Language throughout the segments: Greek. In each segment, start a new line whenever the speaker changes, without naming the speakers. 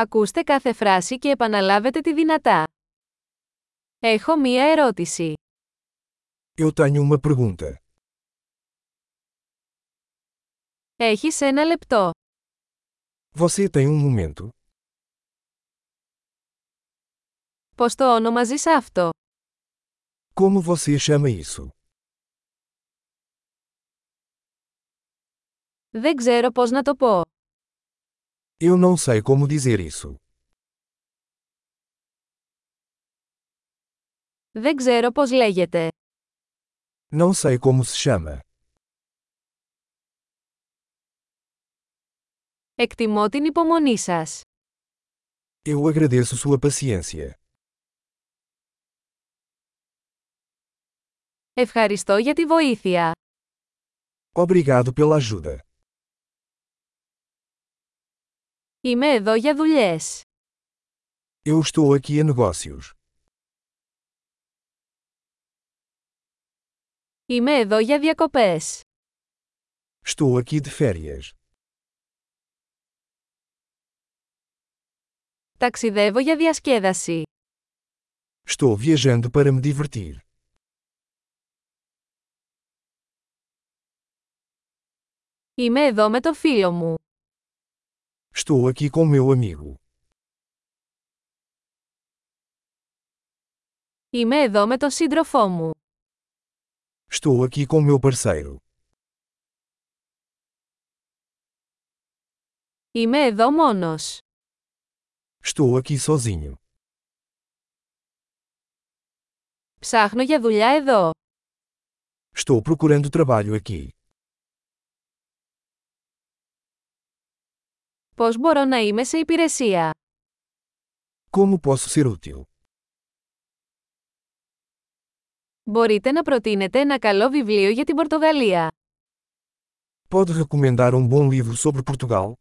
Ακούστε κάθε φράση και επαναλάβετε τη δυνατά. Έχω μία ερώτηση.
Eu tenho uma pergunta.
Έχεις ένα λεπτό.
Você tem um momento?
Πώς το ονομαζείς αυτό.
Como você chama isso?
Δεν ξέρω πώς να το πω.
Eu não sei como dizer isso.
Δεν ξέρω πώς λέγεται.
Não sei como se chama.
Εκτιμώ την υπομονή σας.
Eu agradeço sua paciência.
Ευχαριστώ για τη βοήθεια.
Obrigado pela ajuda.
Είμαι εδώ για δουλειές.
Eu estou aqui a negócios.
Είμαι εδώ για διακοπές.
Estou aqui de férias.
Ταξιδεύω για διασκέδαση.
Estou viajando para me divertir.
Είμαι εδώ με το φίλο μου.
Estou aqui com meu amigo.
Είμαι εδώ με τον σύντροφό μου.
Estou aqui com meu parceiro.
Είμαι εδώ μόνος.
Estou aqui sozinho.
Ψάχνω για δουλειά εδώ.
Estou procurando trabalho aqui.
Πώς μπορώ να είμαι σε υπηρεσία.
Como posso ser útil?
Μπορείτε να προτείνετε ένα καλό βιβλίο για την Πορτογαλία.
Pode recomendar um bom livro sobre Portugal?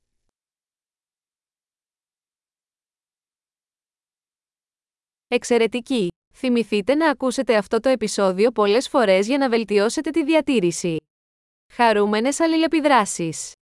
Εξαιρετική! Θυμηθείτε να ακούσετε αυτό το επεισόδιο πολλές φορές για να βελτιώσετε τη διατήρηση. Χαρούμενες αλληλεπιδράσεις!